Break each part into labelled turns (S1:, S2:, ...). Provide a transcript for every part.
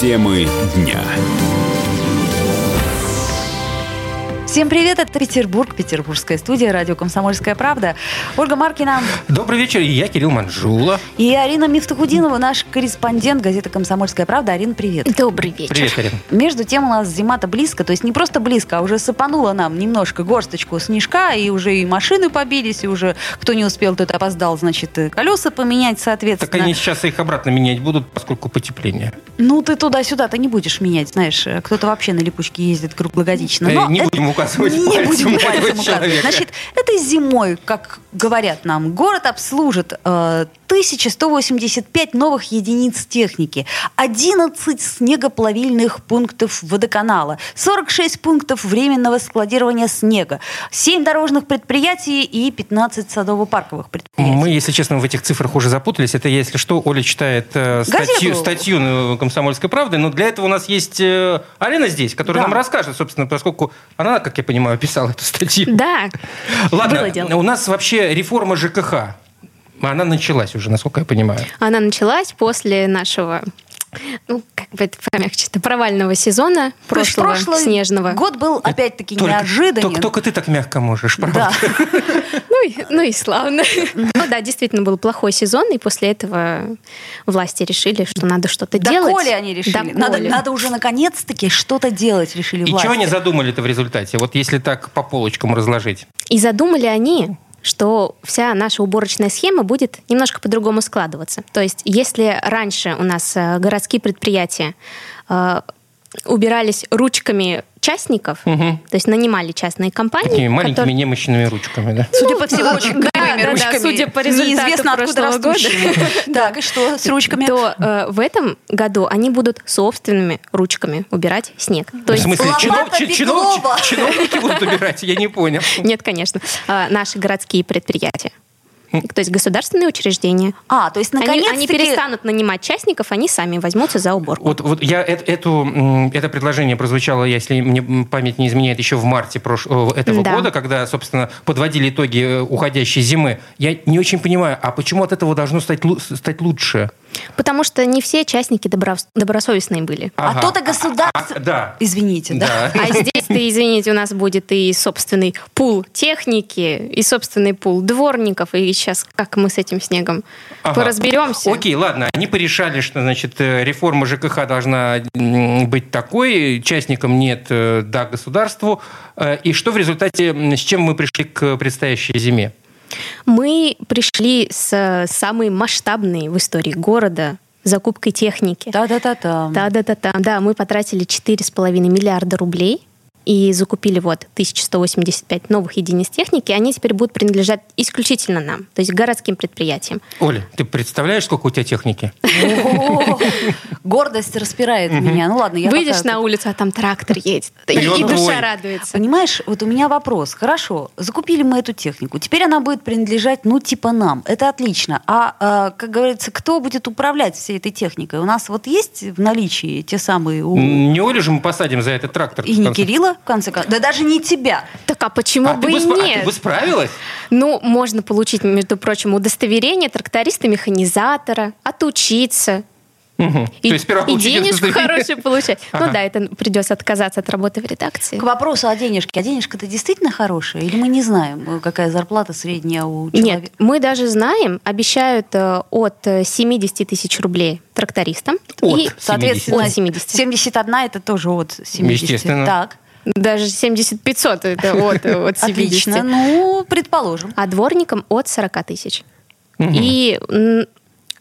S1: Темы дня.
S2: Всем привет, это Петербург, петербургская студия, радио «Комсомольская правда». Ольга Маркина
S3: Добрый вечер, я Кирилл Манжула.
S2: и Арина Мифтахудинова, наш корреспондент газеты «Комсомольская правда». Арин, привет.
S4: Добрый вечер.
S3: Привет, Карин.
S2: Между тем у нас зима-то близко, то есть не просто близко, а уже сыпанула нам немножко горсточку снежка, и уже и машины побились, и уже кто не успел, тот опоздал, значит, и колеса поменять,
S3: Так
S2: соответственно.
S3: они сейчас их обратно менять будут, поскольку потепление.
S2: Ну, ты туда-сюда, ты не будешь менять, знаешь, э, кто-то вообще на липучке ездит круглогодично.
S3: Э,
S2: Ну, Но
S3: не
S2: это-
S3: будем указывать
S2: Не
S3: пальцем
S2: будем
S3: этого
S2: пальцем указывать.
S3: человека.
S2: Значит, этой зимой, как говорят нам, город обслужит э, 1185 новых единиц техники, 11 снегоплавильных пунктов водоканала, 46 пунктов временного складирования снега, 7 дорожных предприятий и 15 садово-парковых предприятий.
S3: Мы, если честно, в этих цифрах уже запутались. Это, если что, Оля читает э, статью,
S2: Газету.
S3: статью ну, «Комсомольской правды». Но для этого у нас есть э, Арина здесь, которая
S2: Да.
S3: нам расскажет, собственно, поскольку она, как я понимаю, писала эту статью.
S4: Да.
S3: Ладно,
S4: Было дело.
S3: у нас вообще реформа ЖКХ. Она началась уже, насколько я понимаю.
S4: Она началась после нашего, ну, как бы это помягче-то, провального сезона,
S2: Ну, То есть
S4: прошлого
S2: прошлый
S4: снежного.
S2: год был, опять-таки, неожиданный.
S3: Только, только ты так мягко можешь, правда?
S2: Да.
S4: Ну, и, ну и славно. Ну да, действительно был плохой сезон, и после этого власти решили, что надо что-то делать.
S2: Доколе они решили. Надо,
S4: Доколе.
S2: надо уже наконец-таки что-то делать, решили
S3: И
S2: власти.
S3: чего они задумали-то в результате? Вот если так по полочкам разложить.
S4: И задумали они, что вся наша уборочная схема будет немножко по-другому складываться. То есть, если раньше у нас э, городские предприятия э, убирались ручками частников,
S3: Мгм.
S4: то есть нанимали частные компании,
S3: Такими маленькими
S4: которые- ну,
S3: немощными ручками, да?
S2: Судя по всему, очень кривыми
S4: да, да, да,
S2: ручками.
S4: судя по результату
S2: Неизвестно, откуда
S4: прошлого года.
S2: растущими. Так, и что с ручками?
S4: то э, в этом году они будут собственными ручками убирать снег. То
S3: в
S4: есть
S3: смысле,
S2: лопата
S3: чинов- чи- чинов-
S2: Беглова.
S3: чи- чиновники будут убирать? Я не понял.
S4: нет, конечно, э, наши городские предприятия. То есть государственные учреждения.
S2: А, то есть,
S4: Они-
S2: наконец-таки...
S4: они перестанут нанимать частников, они сами возьмутся за уборку.
S3: Вот, вот я эт- эту, м, это предложение прозвучало, если мне м, память не изменяет, еще в марте прош- э, этого
S4: Да.
S3: года, когда, собственно, подводили итоги э, уходящей зимы. Я не очень понимаю, а почему от этого должно стать, лу- стать лучше?
S4: Потому что не все частники доброс- добросовестные были.
S2: А
S3: Ага.
S2: то-то государство...
S3: А, да.
S2: Извините, да?
S4: А здесь, ты, извините, у нас будет и собственный пул техники, и собственный пул дворников, и сейчас как мы с этим снегом
S3: Ага.
S4: поразберемся.
S3: Окей, ладно, они порешали, что, значит, э, реформа ЖКХ должна м, быть такой, частникам нет, э, да, государству. Э, И что в результате, м, с чем мы пришли к предстоящей зиме?
S4: Мы пришли с э, самой масштабной в истории города закупкой техники.
S2: Да-да-да-да.
S4: Да-да-да-да. Да, мы потратили 4,5 миллиарда рублей и закупили вот 1185 новых единиц техники. Они теперь будут принадлежать исключительно нам, то есть городским предприятиям.
S3: Оля, ты представляешь, сколько у тебя техники?
S2: О, Гордость распирает меня. Ну ладно, я
S4: Выйдешь
S2: пока-
S4: на улицу, а там трактор едет. И,
S3: И он
S4: и
S3: твой.
S4: душа радуется.
S2: Понимаешь, вот у меня вопрос. Хорошо, закупили мы эту технику. Теперь она будет принадлежать, ну, типа нам. Это отлично. А, э, как говорится, кто будет управлять всей этой техникой? У нас вот есть в наличии те самые... у-
S3: М, Не Олю же мы посадим за этот трактор.
S2: И
S3: в
S2: не
S3: конце.
S2: Кирилла, в конце концов. Да даже не тебя.
S4: Так а почему
S3: А ты
S4: бы
S3: бы
S4: и
S3: спра- а
S4: нет?
S3: ты бы справилась?
S4: Ну, можно получить, между прочим, удостоверение тракториста-механизатора, отучиться.
S3: Мгм.
S4: И,
S3: То есть сперва
S4: и
S3: получить
S4: денежку
S3: удостоверение.
S4: хорошую получать.
S3: Ага.
S4: Ну да, это придется отказаться от работы в редакции.
S2: К вопросу о денежке. А денежка-то действительно хорошая? Или мы не знаем, э, какая зарплата средняя у человека?
S4: Нет, мы даже знаем, обещают э, от э, 70 тысяч рублей трактористам.
S3: От.
S4: И
S2: Соответственно,
S4: 70. От 70.
S2: 71 это тоже от 70.
S3: Естественно.
S2: Так,
S4: даже 70 500 это от, э, от 70.
S2: отлично. Ну, предположим.
S4: А дворникам от 40 тысяч.
S3: Мгм.
S4: И м,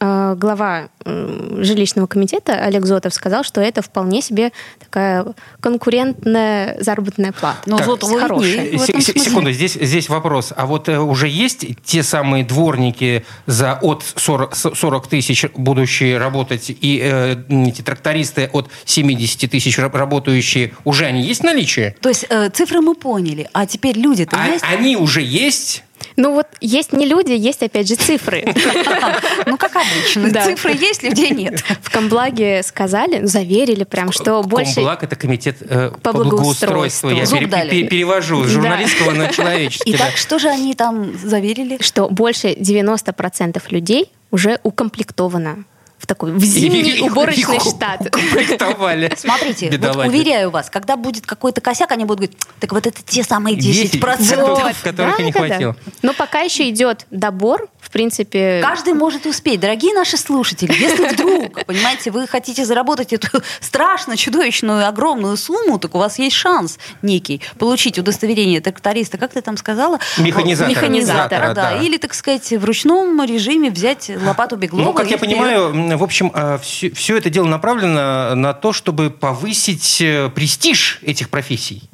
S4: э, глава м, жилищного комитета Олег Зотов сказал, что это вполне себе такая конкурентная заработная плата.
S2: Ну,
S3: Так,
S2: золотовые
S4: хорошая.
S2: дни в
S3: Се-
S2: этом
S3: се-
S2: смысле.
S3: Секунду, здесь, здесь вопрос. А вот э, уже есть те самые дворники за от 40, с- 40 тысяч будущие работать и э, м, эти трактористы от 70 тысяч раб- работающие? Уже они есть в наличии?
S2: То есть э, цифры мы поняли, а теперь люди-то
S3: А-
S2: есть?
S3: они уже есть?
S4: Ну вот есть не люди, есть опять же цифры.
S3: а.
S2: Ну, как обычно,
S4: Да.
S2: цифры есть, людей нет.
S4: В Комблаге сказали, ну, заверили прям, что больше...
S3: Комблаг – это комитет э, по
S4: По
S3: благоустройству.
S4: благоустройству.
S3: Я
S2: Зуб
S3: пере-
S2: дали.
S3: пере- перевожу с
S4: Да.
S3: журналистского на человеческий. да.
S2: Итак, что же они там заверили?
S4: что больше 90% людей уже укомплектовано в в такой в зимний уборочный штат.
S3: Комплектовали.
S2: Смотрите, вот
S3: Бедолаги.
S2: уверяю вас, когда будет какой-то косяк, они будут говорить, так вот это те самые 10%.
S3: 10%. Котов, которых не хватило.
S4: Но пока еще идет добор, в принципе.
S2: Каждый может успеть. Дорогие наши слушатели, если вдруг, понимаете, вы хотите заработать эту страшно чудовищную огромную сумму, так у вас есть шанс некий получить удостоверение тракториста, как ты там сказала?
S3: Механизатора.
S2: Механизатора, да.
S3: Да.
S2: Или, так сказать, в ручном режиме взять лопату беглого.
S3: Ну, как
S2: и
S3: я
S2: вперед.
S3: понимаю, м, в общем, все, это дело направлено на то, чтобы повысить э, престиж этих профессий.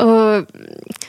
S4: Э,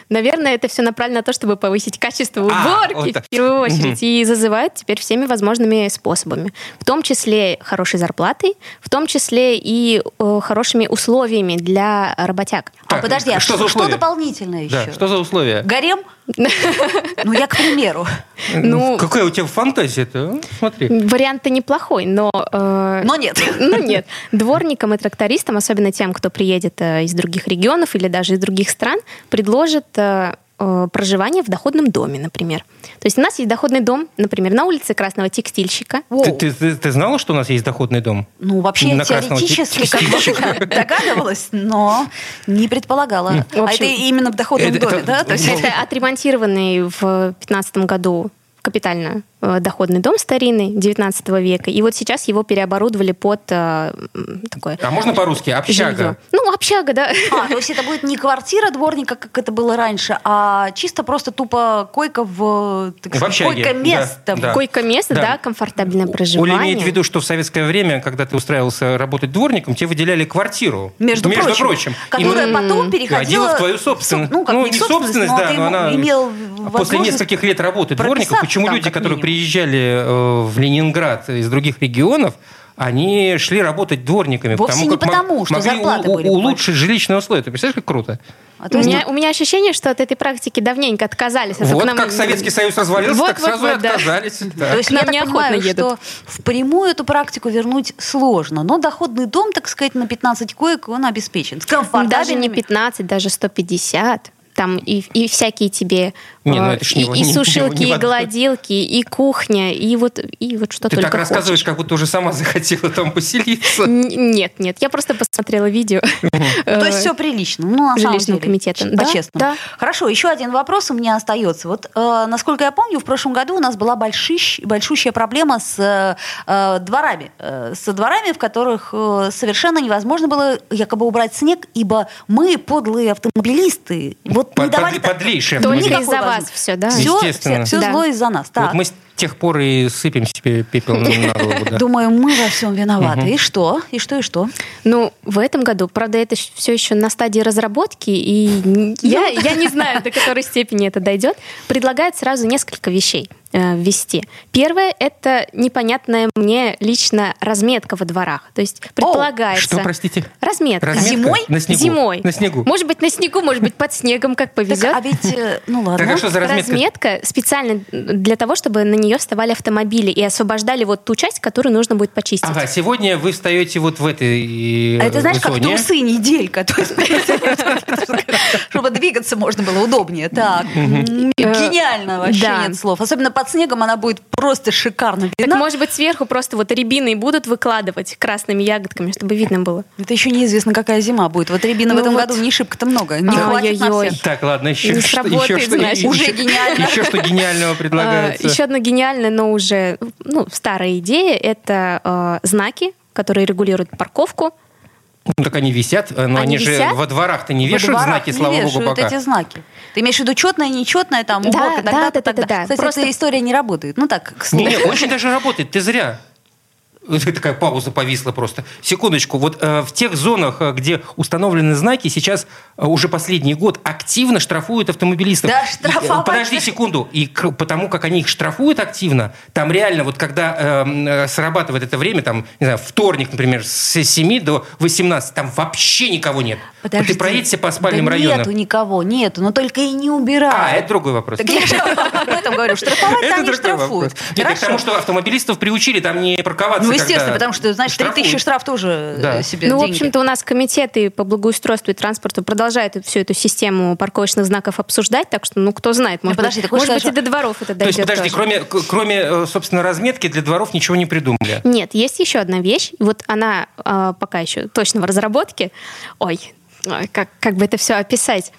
S4: Наверное, это все направлено на то, чтобы повысить качество
S3: А,
S4: уборки
S3: вот так.
S4: в первую очередь. И зазывают теперь всеми возможными способами. В том числе хорошей зарплатой, в том числе и э, хорошими условиями для работяг.
S2: А
S3: Так,
S2: подожди, а
S3: что
S2: что,
S3: за условия?
S2: дополнительное еще?
S3: Да, что за условия?
S2: Гарем? Ну, я к примеру.
S4: Ну,
S3: Какая у тебя фантазия-то? а? Смотри.
S4: вариант-то неплохой, но... э,
S2: Но нет.
S4: Ну нет, дворникам и трактористам, особенно тем, кто приедет э, из других регионов или даже из других стран, предложат э, э, проживание в доходном доме, например. То есть у нас есть доходный дом, например, на улице Красного Текстильщика.
S3: Ты,
S2: Воу.
S3: ты- ты- ты знала, что у нас есть доходный дом?
S2: Ну, вообще,
S3: На красного
S2: теоретически,
S3: текст-
S2: как бы, догадывалась, но не предполагала.
S4: В
S2: а это
S4: общем,
S2: именно в доходном
S3: это-
S2: доме,
S3: это- ну,
S2: да? То есть,
S4: Это отремонтированный в 2015 году капитально э, доходный дом старинный 19 века. И вот сейчас его переоборудовали под э, м, такое
S3: А можно по-русски?
S4: жильё.
S3: Общага.
S4: Ну, общага, да.
S2: а, то есть это будет не квартира дворника, как это было раньше, а чисто просто тупо койка в... так
S3: В
S2: сказать,
S3: общаге,
S2: Койко-место.
S3: да, да.
S4: Койко-место,
S3: Да.
S4: да, комфортабельное
S3: Оля
S4: проживание.
S3: имеет в виду, что в советское время, когда ты устраивался работать дворником, тебе выделяли квартиру.
S2: Между,
S3: прочим.
S2: которая
S3: Именно-
S2: потом переходила...
S3: Входила в твою
S2: соб-
S3: собственность.
S2: Ну, как
S3: Ну,
S2: не
S3: не
S2: в собственность,
S3: собственность, да, но
S2: но, ты
S3: она-
S2: имел
S3: После
S2: возможность-
S3: нескольких лет работы дворником,
S2: прописаться
S3: почему
S2: там,
S3: люди,
S2: как
S3: которые
S2: минимум?
S3: приезжали э, в Ленинград из других регионов, они шли работать дворниками,
S2: Вовсе не
S3: как мог-
S2: потому, что
S3: могли
S2: зарплаты
S3: у- у-
S2: были больше.
S3: улучшить жилищные условия. Ты представляешь, как круто?
S2: А то
S4: У
S2: есть
S4: меня, у меня ощущение, что от этой практики давненько отказались. а то
S3: вот
S4: к нам-
S3: как Советский Союз развалился,
S4: Вот,
S3: так
S4: вот,
S3: сразу
S4: вот,
S3: и
S4: да.
S3: отказались. Да.
S2: То есть
S4: К
S2: я
S4: нам
S2: так
S4: неохотно
S2: понимаю, что
S4: едут.
S2: впрямую эту практику вернуть сложно, но доходный дом, так сказать, на 15 коек он обеспечен. С
S4: Даже не
S2: комфортабельными-
S4: 15, даже 150. Там и, и всякие тебе
S3: Не,
S4: э,
S3: ну это ж
S4: и,
S3: не во-
S4: и
S3: не- не
S4: сушилки,
S3: во-
S4: и голодилки, и кухня, и вот, и вот что
S3: Ты
S4: только
S3: так рассказываешь, как будто уже сама захотела там
S4: хочешь.
S3: поселиться.
S4: Н- Нет, нет, я просто посмотрела видео. Э,
S2: Ну, То есть все прилично. Ну, на самом
S4: жилищным
S2: деле,
S4: комитетом.
S2: ч-
S4: Да,
S2: По-честному.
S4: да.
S2: Хорошо, еще один вопрос у меня остается. Вот, э, насколько я помню, в прошлом году у нас была большищ- большущая проблема с э, э, дворами. Э, со дворами, в которых э, совершенно невозможно было якобы убрать снег, ибо мы, подлые автомобилисты, вот не
S3: Под-
S2: давали...
S3: под- Подлейшие
S4: Только
S3: автомобили.
S2: Никакой
S4: из-за вас
S2: возможности.
S4: все, да.
S3: Всё.
S2: Все,
S3: Естественно.
S4: Да.
S2: зло из-за нас.
S3: Вот
S2: Так.
S3: мы с тех пор и сыпем себе пепел на голову. да.
S2: Думаю, мы во всем виноваты. И что? И что, и что?
S4: Ну, в этом году, правда, это все еще на стадии разработки, и
S3: Ну
S4: н- я, я не знаю, до которой степени это дойдет. Предлагают сразу несколько вещей э, ввести. Первое – это непонятная мне лично разметка во дворах. То есть предполагается…
S3: Что, простите?
S4: Разметка.
S3: Разметка?
S2: Зимой?
S3: На снегу.
S4: Зимой.
S3: На снегу.
S4: Может быть, на снегу, может быть, под снегом, как
S2: Так,
S4: повезет.
S2: а ведь, э, ну ладно.
S3: Так а что за разметка?
S4: специально для того, чтобы на нее вставали автомобили и освобождали вот ту часть, которую нужно будет почистить.
S3: Ага, сегодня вы встаете вот в этой э,
S2: А это, знаешь, как
S3: зоне.
S2: трусы неделька. То есть, чтобы двигаться можно было удобнее. Так, м, гениально вообще
S4: Э, Да.
S2: нет слов. Особенно под снегом она будет просто шикарно
S4: Так,
S2: видна.
S4: может быть, сверху просто вот рябины и будут выкладывать красными ягодками, чтобы видно было.
S2: Это еще неизвестно, какая зима будет. Вот рябины в
S4: Ну
S2: этом
S4: вот.
S2: году не шибко-то много. Не хватит на
S4: Ай-яй-яй.
S2: всех.
S3: Так, ладно, еще
S4: Не
S3: что,
S4: сработает,
S3: еще что, и-
S4: значит.
S3: и-
S2: Уже
S3: еще-
S2: гениально. А,
S3: Еще что гениального
S4: А,
S3: предлагается.
S4: Еще одна гениальная, но уже ну, старая идея – это э, знаки, которые регулируют парковку.
S3: Ну, так они висят, э, но
S4: Они
S3: они, же
S4: висят?
S3: во дворах-то не
S2: Во
S3: вешают
S2: дворах
S3: знаки,
S2: не
S3: слава богу,
S2: вешают
S3: пока.
S2: эти знаки. Ты имеешь в виду четное, нечетное, там,
S4: Да,
S2: уборка, тогда-то,
S4: да, да, да,
S2: тогда.
S4: да, да.
S2: Кстати,
S4: Просто-
S2: эта история не работает. Ну так, к слову.
S3: Не, не, очень даже работает, ты зря. Вот Такая пауза повисла просто. Секундочку, вот э, в тех зонах, э, где установлены знаки, сейчас э, уже последний год активно штрафуют автомобилистов.
S2: Да,
S3: И, э,
S2: штрафовать.
S3: Подожди секунду. И к- потому как они их штрафуют активно, там реально вот когда эм, э, срабатывает это время, там, не знаю, вторник, например, с 7 до 18, там вообще никого нет. Вот
S2: Подожди.
S3: Ты проедься по спальным
S2: да
S3: районам.
S2: Нету никого, нету, но только и не убирают.
S3: А, это другой вопрос.
S2: Так я же об этом говорю. Штрафовать
S3: Это
S2: они
S3: другой
S2: штрафуют.
S3: вопрос. Нет, так
S2: Хорошо.
S3: потому что автомобилистов приучили там не парковаться,
S2: Ну, естественно, потому что, значит, 3000
S3: штрафуют.
S2: штраф тоже э,
S3: Да.
S2: себе
S4: Ну, в
S2: деньги.
S4: общем-то, у нас комитеты по благоустройству и транспорту продолжают всю эту систему парковочных знаков обсуждать, так что, ну, кто знает, может,
S2: Э, подожди, ты
S4: быть,
S2: хочешь
S4: может быть, и
S2: сказать,
S4: до дворов это
S3: То
S4: дойдет
S3: есть, подожди,
S4: тоже.
S3: кроме, к- кроме, э, собственно, разметки для дворов ничего не придумали.
S4: Нет, есть еще одна вещь. Вот она э, пока еще точно в разработке. Ой, ой, как, как бы это все описать?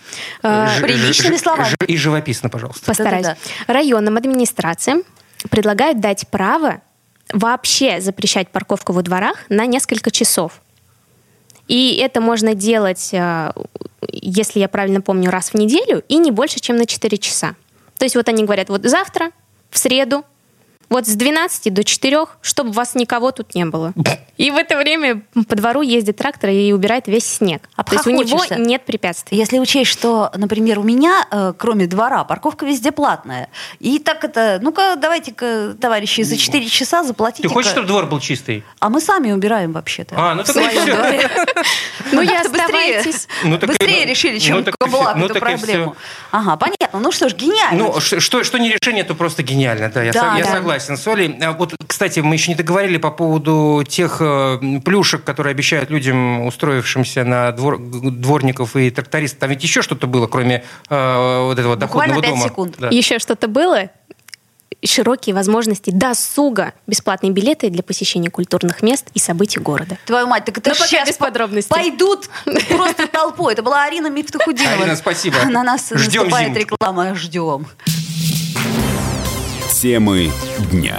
S4: Э,
S3: Ж-
S2: а, приличными
S3: ж-
S2: словами.
S3: ж- И живописно, пожалуйста.
S4: постараюсь. Районным администрациям предлагают дать право вообще запрещать парковку во дворах на несколько часов. И это можно делать, э, если я правильно помню, раз в неделю и не больше, чем на 4 часа. То есть вот они говорят, вот завтра, в среду, вот с 12 до 4, чтобы вас никого тут не было. И в это время по двору ездит трактор и убирает весь снег. То есть у него
S2: Обхохочешься.
S4: нет препятствий.
S2: Если учесть, что, например, у меня, э, кроме двора, парковка везде платная. И так это, ну-ка, давайте-ка, товарищи, за 4 часа заплатите.
S3: Ну. Ты хочешь, чтобы двор был чистый?
S2: А мы сами убираем вообще-то.
S3: А, ну
S2: В
S3: так
S2: своем
S3: и всё.
S2: дворе.
S4: Ну и
S2: Как-то быстрее-
S4: оставайтесь.
S3: Ну так и-
S2: Быстрее решили, чем
S3: ну так и всё,
S2: каблак
S3: ну
S2: эту
S3: так и всё.
S2: проблему. Ага, понятно. Ну что ж, гениально.
S3: Ну, ш- что, что не решение, то просто гениально, да, я,
S2: Да,
S3: со- я
S2: да.
S3: согласен с Олей. А Вот, кстати, мы еще не договорили по поводу тех э, плюшек, которые обещают людям, устроившимся на двор- г- дворников и трактористов. Там ведь еще что-то было, кроме э, вот этого
S2: Буквально
S3: доходного
S2: пять
S3: дома.
S2: секунд.
S3: Да.
S4: еще что-то было, широкие возможности досуга, бесплатные билеты для посещения культурных мест и событий города.
S2: Твою мать, так это
S4: Но Ну, пока
S2: сейчас
S4: без подробностей.
S2: пойдут просто толпой. Это была Арина Мифтахудинова.
S3: Арина, спасибо.
S2: На нас
S3: Ждем
S2: наступает
S3: зиму.
S2: реклама. Ждем.
S1: Темы дня.